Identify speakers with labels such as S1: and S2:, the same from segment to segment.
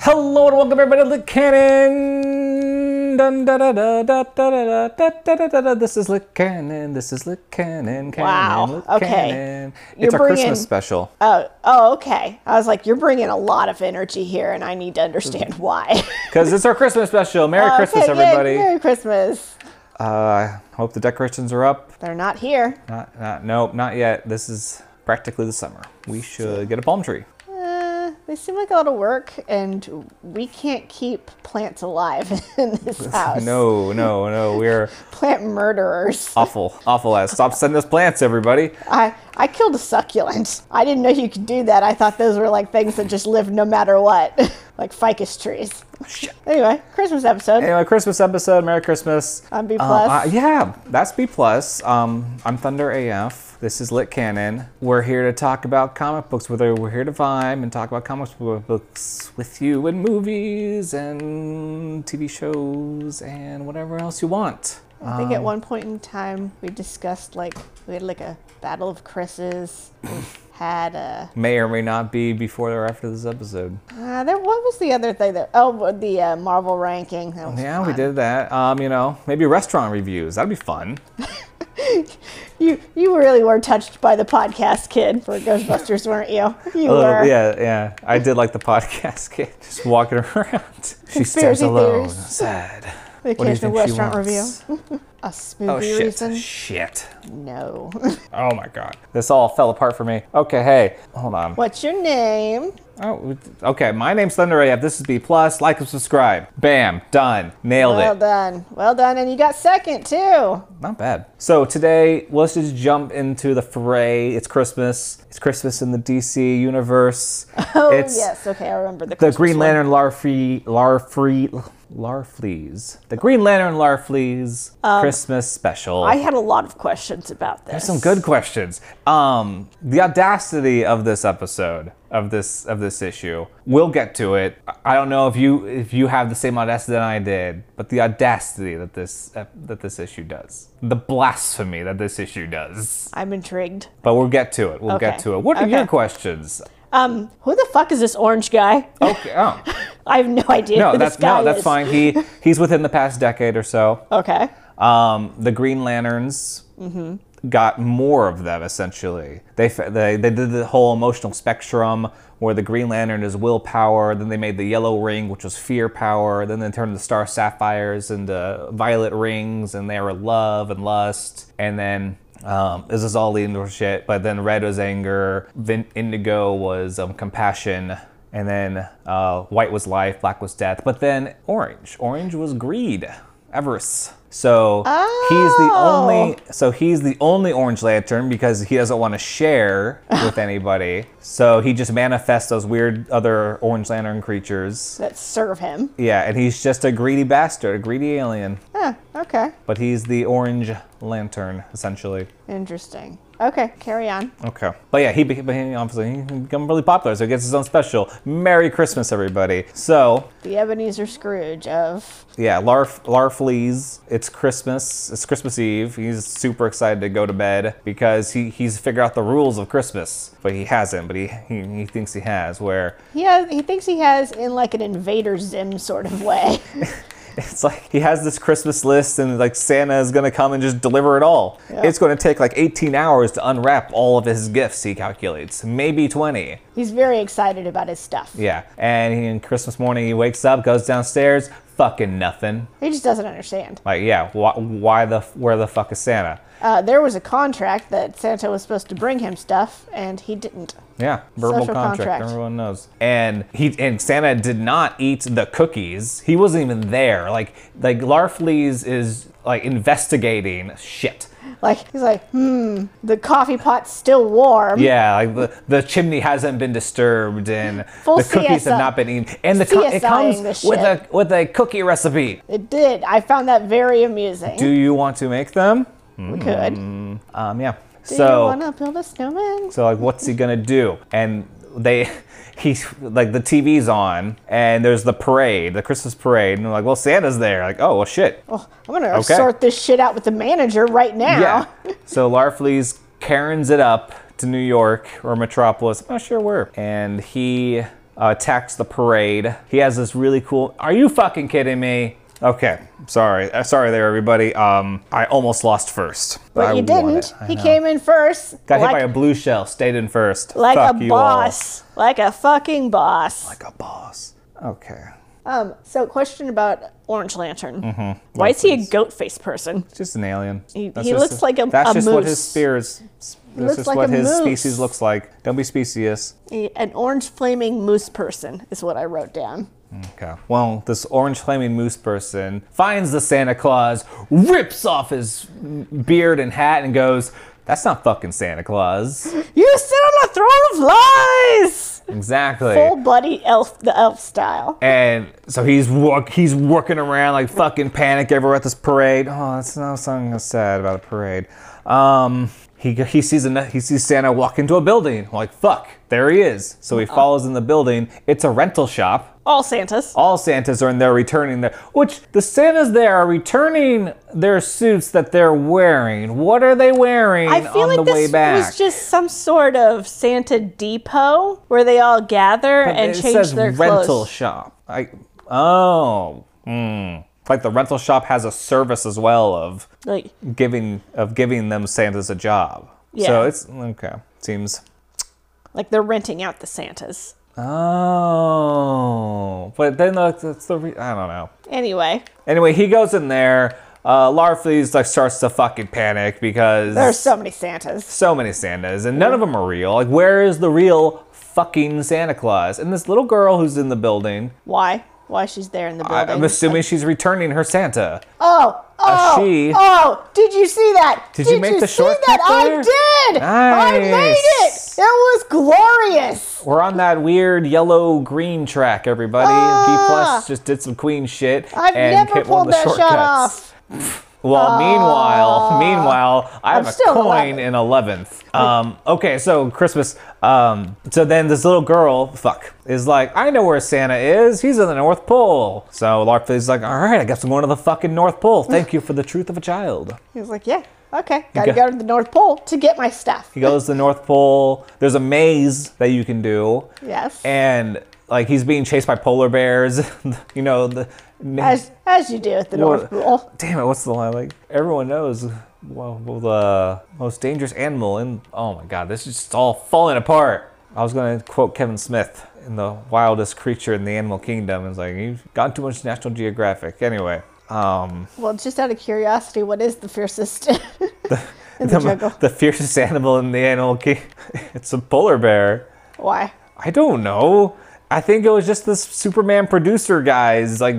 S1: Hello and welcome everybody to Lick Cannon. Dun, da, da, da, da, da, da, da, da, da, da, da. This is Lick Cannon. This is Lick Cannon. cannon
S2: Wow,
S1: Lick
S2: okay.
S1: Cannon.
S2: You're
S1: It's our
S2: bringing-
S1: Christmas special.
S2: Oh, oh, okay. I was like, you're bringing a lot of energy here, and I need to understand why.
S1: Because it's our Christmas special. Mm-hmm. Merry Christmas,
S2: Okay, yay,
S1: everybody.
S2: Merry Christmas.
S1: Uh, hope the decorations are up.
S2: They're not here.
S1: Not, not, nope, not yet. This is practically the summer. We should get a palm tree.
S2: Uh, they seem like a lot of work, and we can't keep plants alive in this house.
S1: No, no, no. We're
S2: Plant murderers.
S1: awful, awful ass. Stop sending us plants, everybody.
S2: I, I killed a succulent. I didn't know you could do that. I thought those were like things that just live no matter what, like ficus trees. Anyway, Christmas episode.
S1: Anyway, Christmas episode. Merry Christmas.
S2: I'm B+.
S1: Uh, uh, yeah, that's B plus. Um, I'm Thunder AF. This is Lit Cannon. We're here to talk about comic books. Whether we're here to vibe and talk about comic books with you, and movies and TV shows and whatever else you want.
S2: I
S1: Um,
S2: think at one point in time we discussed like we had like a battle of Chris's. We had a
S1: May or may not be before or after this episode.
S2: uh, there. What was the other thing that? Oh, the uh, Marvel ranking. That was
S1: Yeah, we
S2: fun.
S1: did that. Um, you know, maybe restaurant reviews. That'd be fun.
S2: You you really were touched by the podcast, kid, for Ghostbusters, weren't you? You
S1: A little-
S2: were.
S1: Oh, yeah, yeah. I did like the podcast kid, just walking around. She stares
S2: Conspiracy
S1: alone,
S2: theories.
S1: sad.
S2: The
S1: What do you
S2: occasional
S1: think she
S2: restaurant review.
S1: wants?
S2: A spooky
S1: Oh shit!
S2: reason.
S1: Shit!
S2: No.
S1: Oh my god! This all fell apart for me. Okay, hey, hold on.
S2: What's your name?
S1: Oh, okay. My name's Thunder AF. This is B plus. Like and subscribe. Bam, done. Nailed
S2: Well
S1: it.
S2: done. Well done, and you got second too.
S1: Not bad. So today, let's just jump into the fray. It's Christmas. It's Christmas in the DC universe.
S2: Oh
S1: it's
S2: yes. Okay, I remember the.
S1: the
S2: Christmas
S1: Green
S2: one.
S1: Lantern Larfree Larfree Larfleas. The Green Lantern Larfleas Christmas special.
S2: Um, I had a lot of questions about this.
S1: There's some good questions. Um, the audacity of this episode of this of this issue. We'll get to it. I- I don't know if you if you have the same audacity that I did, but the audacity that this ep- that this issue does, the blasphemy that this issue does.
S2: I'm intrigued.
S1: But we'll get to it. We'll get
S2: Okay.
S1: to it. What are your
S2: Okay.
S1: questions?
S2: Um, who the fuck is this orange guy?
S1: Okay. Oh
S2: I have no idea
S1: no,
S2: who
S1: that's
S2: this guy
S1: no, that's
S2: is.
S1: fine. He he's within the past decade or so.
S2: Okay.
S1: Um, the Green Lanterns got more of them essentially. They, f- they they did the whole emotional spectrum where the Green Lantern is willpower. Then they made the Yellow Ring, which was fear power. Then they turned the Star Sapphires into Violet Rings, and they were love and lust. And then um, this is all leading to shit. But then Red was anger. Vin- Indigo was um, compassion. And then uh, white was life, black was death. But then orange, orange was greed, avarice. So he's the only
S2: Oh.
S1: so he's the only Orange Lantern because he doesn't want to share with anybody. So he just manifests those weird other Orange Lantern creatures.
S2: That serve him.
S1: Yeah, and he's just a greedy bastard, a greedy alien.
S2: Huh, okay.
S1: But he's the Orange Lantern essentially.
S2: Interesting. Okay, carry on.
S1: Okay. But yeah, he became but he obviously he became really popular, so he gets his own special. Merry Christmas, everybody. So
S2: The Ebenezer Scrooge of
S1: yeah, Larf Larfleas. It's Christmas. It's Christmas Eve. He's super excited to go to bed because he he's figured out the rules of Christmas, but he hasn't. But he he, he thinks he has. Where
S2: he has he thinks he has in like an invader zim sort of way.
S1: it's like he has this Christmas list, and like Santa is gonna come and just deliver it all.
S2: Yeah.
S1: It's gonna take like 18 hours to unwrap all of his gifts. He calculates maybe 20.
S2: He's very excited about his stuff.
S1: Yeah, and he, on Christmas morning he wakes up, goes downstairs, fucking nothing.
S2: He just doesn't understand.
S1: Like yeah, why, why the f- where the fuck is Santa?
S2: Uh, there was a contract that Santa was supposed to bring him stuff, and he didn't.
S1: Yeah, verbal
S2: Social
S1: contract,
S2: contract.
S1: Everyone knows. And he and Santa did not eat the cookies. He wasn't even there. Like like Larfleeze is like investigating shit.
S2: Like he's like, hmm, the coffee pot's still warm.
S1: Yeah, like the, the chimney hasn't been disturbed and
S2: Full
S1: the cookies have
S2: CSI
S1: not been eaten. And the co- it
S2: CSIing
S1: comes
S2: this
S1: with a
S2: shit.
S1: with a cookie recipe.
S2: It did. I found that very amusing.
S1: Do you want to make them?
S2: we could.
S1: Um, yeah.
S2: Do
S1: so
S2: you want to build a snowman?
S1: So like, what's he gonna do? And they, he's like the TV's on, and there's the parade, the Christmas parade, and they're like, well, Santa's there. Like, oh well, shit.
S2: Oh, I'm gonna
S1: Okay.
S2: sort this shit out with the manager right now.
S1: Yeah. so Larfleeze Karens it up to New York or Metropolis, I'm not sure where, and he uh, attacks the parade. He has this really cool. Are you fucking kidding me? Okay, sorry, Uh, sorry there, everybody. Um, I almost lost first.
S2: But
S1: I
S2: you
S1: won
S2: didn't.
S1: it. I
S2: He
S1: know.
S2: came in first.
S1: Got
S2: like,
S1: hit by a blue shell. Stayed in first.
S2: like
S1: Fuck
S2: a
S1: you all.
S2: boss. Like a fucking boss.
S1: Like a boss. Okay.
S2: um, so question about Orange Lantern.
S1: Mm-hmm.
S2: Why is he a goat face person?
S1: It's just an alien.
S2: He-
S1: That's
S2: he
S1: just
S2: looks like a-
S1: That's
S2: a
S1: just what his
S2: moose.
S1: spears. That's
S2: looks
S1: just
S2: like
S1: what
S2: a
S1: his
S2: moose.
S1: species looks like. Don't be specious.
S2: He- an orange flaming moose person is what I wrote down.
S1: Okay. Well, this orange flaming moose person finds the Santa Claus, rips off his beard and hat, and goes, "That's not fucking Santa Claus."
S2: You sit on a throne of lies.
S1: Exactly.
S2: Full bloody elf, the elf style.
S1: And so he's walk, he's working around like fucking panic everywhere at this parade. Oh, that's not something that's sad about a parade. Um, he he sees a, he sees Santa walk into a building. Like fuck, there he is. So
S2: Uh-huh.
S1: he follows in the building. It's a rental shop.
S2: All Santas.
S1: All Santas are in there returning their which the Santas there are returning their suits that they're wearing. What are they wearing
S2: I feel
S1: on
S2: like
S1: the way
S2: this
S1: back?
S2: was just some sort of Santa depot where they all gather
S1: But
S2: and
S1: it
S2: change
S1: says
S2: their
S1: rental
S2: clothes.
S1: shop. I oh, hmm. like the rental shop has a service as well of
S2: like,
S1: giving of giving them Santas a job. So
S2: Yeah.
S1: it's okay. Seems
S2: like they're renting out the Santas.
S1: oh, but then like, that's the re- I don't know.
S2: Anyway,
S1: Anyway, he goes in there. Uh, Larfleeze like starts to fucking panic because
S2: there are so many Santas.
S1: so many Santas, and none of them are real. Like, where is the real fucking Santa Claus? And this little girl who's in the building,
S2: Why? Why she's there in the
S1: I,
S2: building?
S1: Uh, I'm assuming she's returning her Santa.
S2: Oh, oh,
S1: she.
S2: oh! Did you see that?
S1: Did you make the
S2: see
S1: shortcut
S2: that?
S1: there?
S2: I did. I made it.
S1: Nice.
S2: It was glorious.
S1: We're on that weird yellow green track, everybody. B plus just did some queen shit
S2: Ah! I've
S1: and
S2: never
S1: hit one of
S2: pulled
S1: the
S2: that
S1: shortcuts.
S2: shot off. Ah.
S1: Well, meanwhile, meanwhile, I have
S2: I'm
S1: a
S2: still
S1: coin
S2: 11th.
S1: in eleventh. Um, okay, so Christmas. Um, so then this little girl, fuck, is like, I know where Santa is. He's in the North Pole. So Larkfizz like, all right, I guess I'm going to the fucking North Pole. Thank you for the truth of a child.
S2: He was like, "Yeah, okay, gotta
S1: got-
S2: go to the North Pole to get my stuff."
S1: He goes to the North Pole. There's a maze that you can do.
S2: Yes.
S1: And like he's being chased by polar bears. you know the.
S2: as as you do at the
S1: Well,
S2: North Pole.
S1: Damn it! What's the line? Like everyone knows, well, well, the most dangerous animal. And oh my god, this is just all falling apart. I was gonna quote Kevin Smith in the wildest creature in the animal kingdom. It's like you've gone too much National Geographic. Anyway, um,
S2: Well, just out of curiosity, what is the fiercest? in the, jungle.
S1: the fiercest animal in the animal kingdom. It's a polar bear.
S2: Why?
S1: I don't know. I think it was just this Superman producer guy's like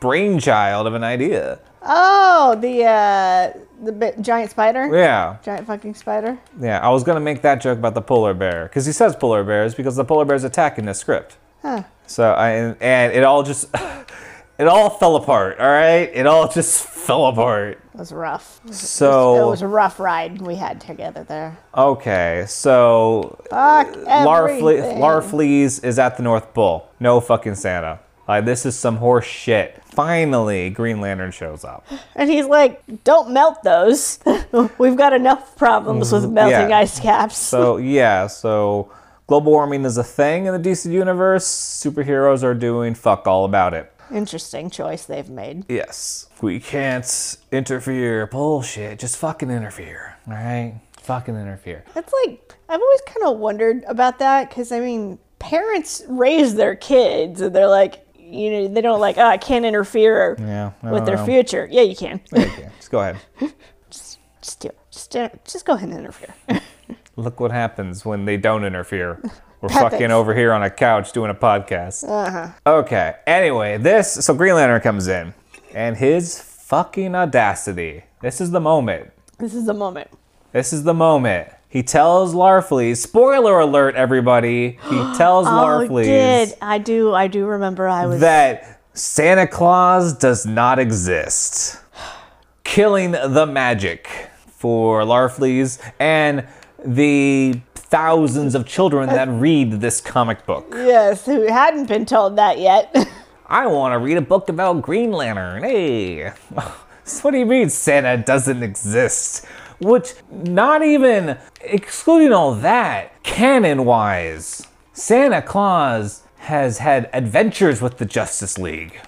S1: brainchild of an idea.
S2: Oh, the uh, the bi- giant spider.
S1: Yeah.
S2: Giant fucking spider.
S1: Yeah, I was gonna make that joke about the polar bear because he says polar bears because the polar bear's attack in the script.
S2: Huh.
S1: So I and, and it all just it all fell apart. All right, it all just fell apart.
S2: It was rough. It was- it
S1: So
S2: was a rough ride we had together there.
S1: okay, so
S2: Fuck
S1: Larfle-
S2: everything.
S1: Larfleeze is at the North Pole. No fucking Santa. Like this is some horse shit. Finally, Green Lantern shows up.
S2: And he's like, "Don't melt those. We've got enough problems with melting
S1: Mm-hmm. yeah.
S2: ice caps."
S1: So yeah, so global warming is a thing in the DC universe. Superheroes are doing fuck all about it.
S2: Interesting choice they've made.
S1: Yes. We can't interfere. Bullshit. Just fucking interfere. All right? Fucking interfere.
S2: It's like I've always kind of wondered about that because I mean, parents raise their kids, and they're like, you know, they don't like, oh, I can't interfere
S1: Yeah, I
S2: with
S1: don't
S2: their
S1: know.
S2: future. Yeah, you can.
S1: Okay, just go ahead.
S2: just do it. Just, do it. just go ahead and interfere.
S1: Look what happens when they don't interfere. We're
S2: Puppets.
S1: fucking over here on a couch doing a podcast.
S2: Uh-huh.
S1: Okay. Anyway, this. So Green Lantern comes in and his fucking audacity. This is the moment.
S2: this is the moment.
S1: This is the moment. He tells Larfleeze, spoiler alert, everybody. He tells
S2: Oh, I
S1: Larfleeze.
S2: did I do? I do remember. I was
S1: that Santa Claus does not exist, killing the magic for Larfleeze and the thousands of children that
S2: Uh,
S1: read this comic book.
S2: yes, who hadn't been told that yet.
S1: I want to read a book about Green Lantern. Hey, what do you mean Santa doesn't exist? Which, not even excluding all that, canon wise, Santa Claus has had adventures with the Justice League.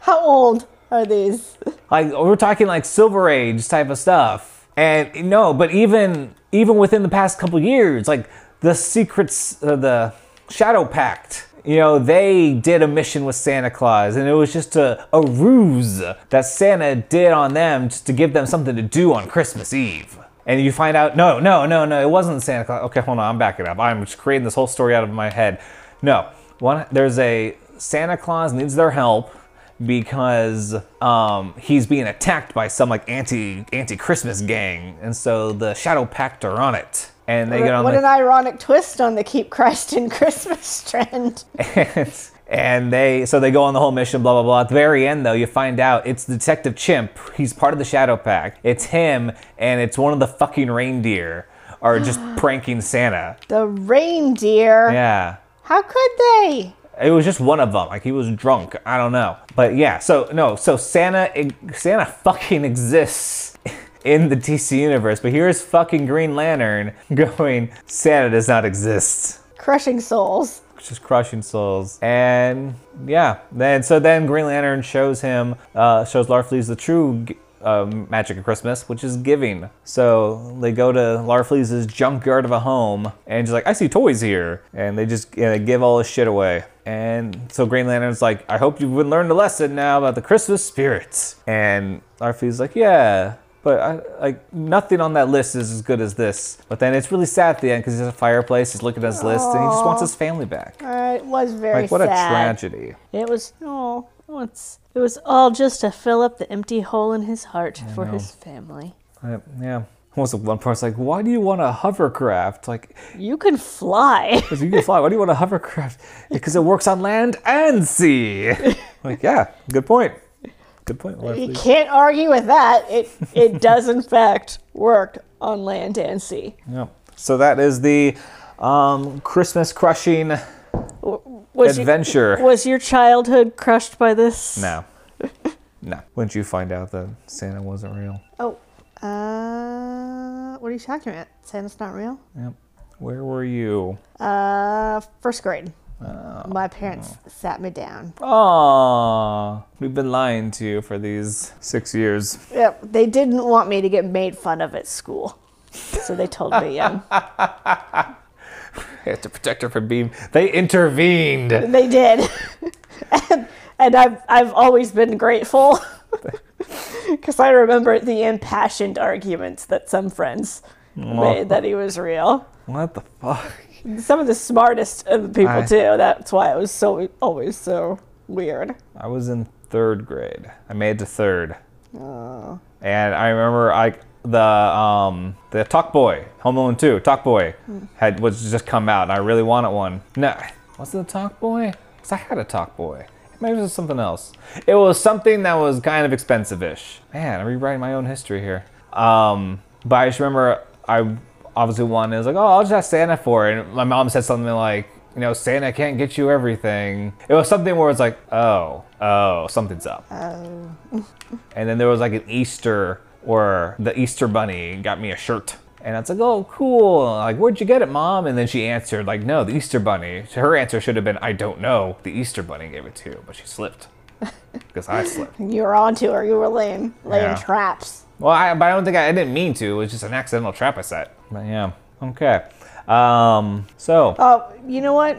S2: How old are these?
S1: Like we're talking like Silver Age type of stuff. And no, but even even within the past couple years, like the secrets, uh, the Shadow Pact. You know, they did a mission with Santa Claus, and it was just a, a ruse that Santa did on them just to give them something to do on Christmas Eve. And you find out, no, no, no, no, it wasn't Santa Claus. Okay, hold on, I'm backing up. I'm just creating this whole story out of my head. No, one, there's a Santa Claus needs their help because um, he's being attacked by some like anti anti Christmas gang, and so the Shadow Pact are on it. And they
S2: What,
S1: get on
S2: what
S1: the,
S2: an ironic twist on the keep Christ in Christmas trend.
S1: and, and they so they go on the whole mission blah blah blah at the very end though you find out it's detective chimp he's part of the shadow pack it's him and it's one of the fucking reindeer are just pranking santa
S2: The reindeer.
S1: yeah
S2: How could they?
S1: it was just one of them like he was drunk i don't know but yeah so no so santa ex- santa fucking exists in the dc universe but here's fucking green lantern going santa does not exist
S2: Crushing souls.
S1: just crushing souls. And yeah, then so then Green Lantern shows him, uh, shows Larfleeze the true g- um, magic of Christmas, which is giving. So they go to Larfleeze's junkyard of a home, and she's like, "I see toys here," and they just and they give all this shit away. And so Green Lantern's like, "I hope you've learned a lesson now about the Christmas spirit." And Larfleeze's like, "Yeah." But I, like nothing on that list is as good as this. But then it's really sad at the end because he's at a fireplace, he's looking at his list, and he just wants his family back.
S2: Uh, it was very
S1: Like what a
S2: sad.
S1: tragedy.
S3: It was oh, it's, it was all just to fill up the empty hole in his heart for his family.
S1: Uh, yeah. Almost at one part's like, why do you want a hovercraft? Like,
S3: You can fly.
S1: because you can fly. Why do you want a hovercraft? Because it works on land and sea. like, yeah, good point. Good point.
S2: You
S1: Leslie.
S2: can't argue with that. It it does in fact work on land and sea.
S1: Yeah. So that is the um, Christmas crushing
S3: Was your,
S1: adventure.
S3: was your childhood crushed by this?
S1: no. No. Wouldn't you find out that Santa wasn't real?
S2: Oh, uh, what are you talking about? Santa's not real.
S1: Yep. Where were you?
S2: Uh, first grade.
S1: Oh,
S2: My parents sat me down.
S1: Aww. We've been lying to you for these six years.
S2: Yep, they didn't want me to get made fun of at school, so they told me young.
S1: We have to protect her from being. They intervened.
S2: They did. and, and I've, I've always been grateful because I remember the impassioned arguments that some friends made that he was real.
S1: What the fuck?
S2: Some of the smartest of the people,
S1: I-
S2: too. That's why it was so always so weird.
S1: I was in third grade. I made it to third. And I remember I the um the Talk Boy, Home Alone 2, Talk Boy had was just come out and I really wanted one. No. Was it a Talk Boy? Because I had a Talk Boy. Maybe it was something else. It was something that was kind of expensive ish. Man, I'm rewriting my own history here. Um but I just remember I obviously wanted it. I was like, oh I'll just ask Santa for it and my mom said something like you know, Santa can't get you everything. It was something where it's like, oh, oh, something's up. And then there was like an Easter where the Easter bunny got me a shirt. And I was like, oh, cool. Like, where'd you get it, mom? And then she answered, like, no, the Easter bunny. So her answer should have been, I don't know. The Easter bunny gave it to you, but she slipped. Because I slipped.
S2: You were onto her. You were laying, laying
S1: Yeah.
S2: traps.
S1: Well, I, but I don't think I, I didn't mean to. It was just an accidental trap I set. But yeah. Okay. Um, so,
S2: Oh, you know what?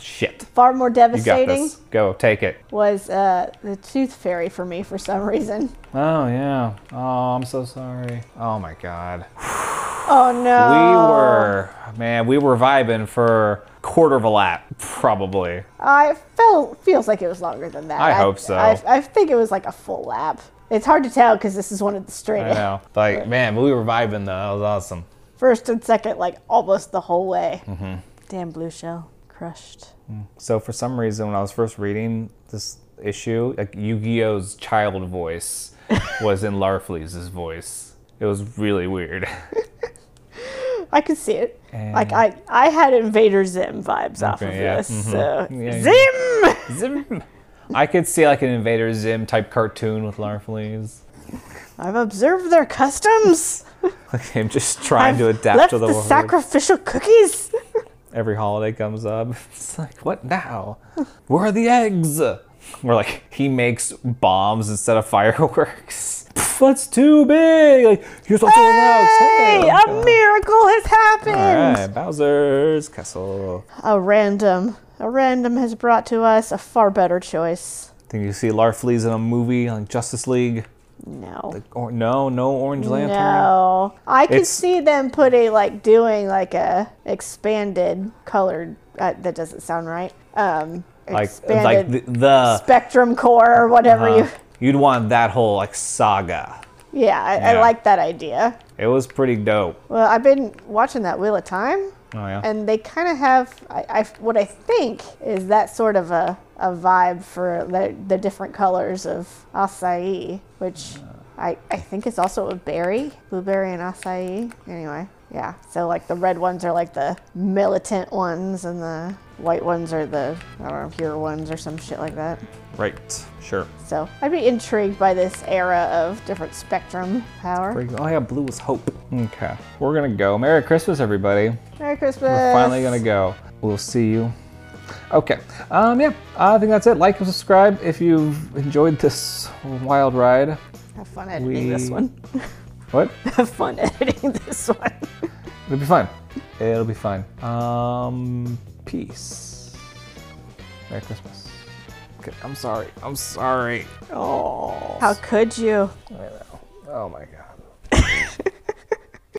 S1: shit.
S2: Far more
S1: You got
S2: devastating
S1: this. Go, take it.
S2: was uh, the tooth fairy for me for some reason.
S1: Oh, yeah. Oh, I'm so sorry. Oh, my God.
S2: Oh, no.
S1: We were, man, we were vibing for quarter of a lap, probably.
S2: I felt feels like it was longer than that.
S1: I hope so.
S2: I, I think it was like a full lap. It's hard to tell because this is one of the
S1: I
S2: straightest.
S1: know. Like, man, we were vibing though. That was awesome.
S2: First and second, like almost the whole way.
S1: Mm-hmm.
S3: Damn blue shell, crushed.
S1: So for some reason, when I was first reading this issue, like Yu-Gi-Oh's child voice was in Larfleeze's voice. It was really weird.
S2: I could see it. Like
S1: And-
S2: I, I had Invader Zim vibes off of
S1: Okay, yeah,
S2: this.
S1: mhm.
S2: So
S1: Yeah, yeah.
S2: Zim.
S1: Zim. I could see like an Invader Zim type cartoon with Larfleeze.
S2: I've observed their customs.
S1: Like him just trying
S2: I've
S1: to adapt
S2: left
S1: to the,
S2: the
S1: world.
S2: sacrificial cookies.
S1: every holiday comes up. It's like, what now? Where are the eggs? Where like he makes bombs instead of fireworks. Pff, That's too big. Like you're supposed to relax. Hey,
S4: Hey, a miracle has happened.
S1: all right, Bowser's castle.
S2: A random. A random has brought to us a far better choice.
S1: Think you see Larfleeze in a movie like Justice League?
S2: No.
S1: Or no, no Orange Lantern.
S2: No. I could
S1: It's-
S2: see them putting like doing like a expanded colored uh, that doesn't sound right. Um
S1: Like
S2: expanded
S1: like the, uh, the
S2: spectrum core or whatever
S1: uh, you'd want that whole like saga.
S2: you Yeah, I, I
S1: Yeah.
S2: like that idea.
S1: It was pretty dope.
S2: Well, I've been watching that Wheel of Time.
S1: Oh yeah.
S2: and they kind of have I, I what I think is that sort of a, a vibe for the, the different colors of acai, which I, I think is also a berry, blueberry and acai. Anyway, yeah. So like the red ones are like the militant ones, and the white ones are the I don't know pure ones or some shit like that.
S1: right. Sure.
S2: So I'd be intrigued by this era of different spectrum power.
S1: There you go. Oh yeah, blue is hope. Okay. We're gonna go. Merry Christmas, everybody.
S2: Merry Christmas!
S1: We're finally gonna go. We'll see you. Okay. Um yeah, I think that's it. Like and subscribe if you've enjoyed this wild ride.
S2: have fun editing
S1: We-
S2: this one.
S1: What?
S4: Have fun editing this one.
S1: It'll be fine. It'll be fine. Um, peace. Merry Christmas. Okay, I'm sorry. I'm sorry.
S4: Oh.
S2: How could you?
S1: I know. Oh my god.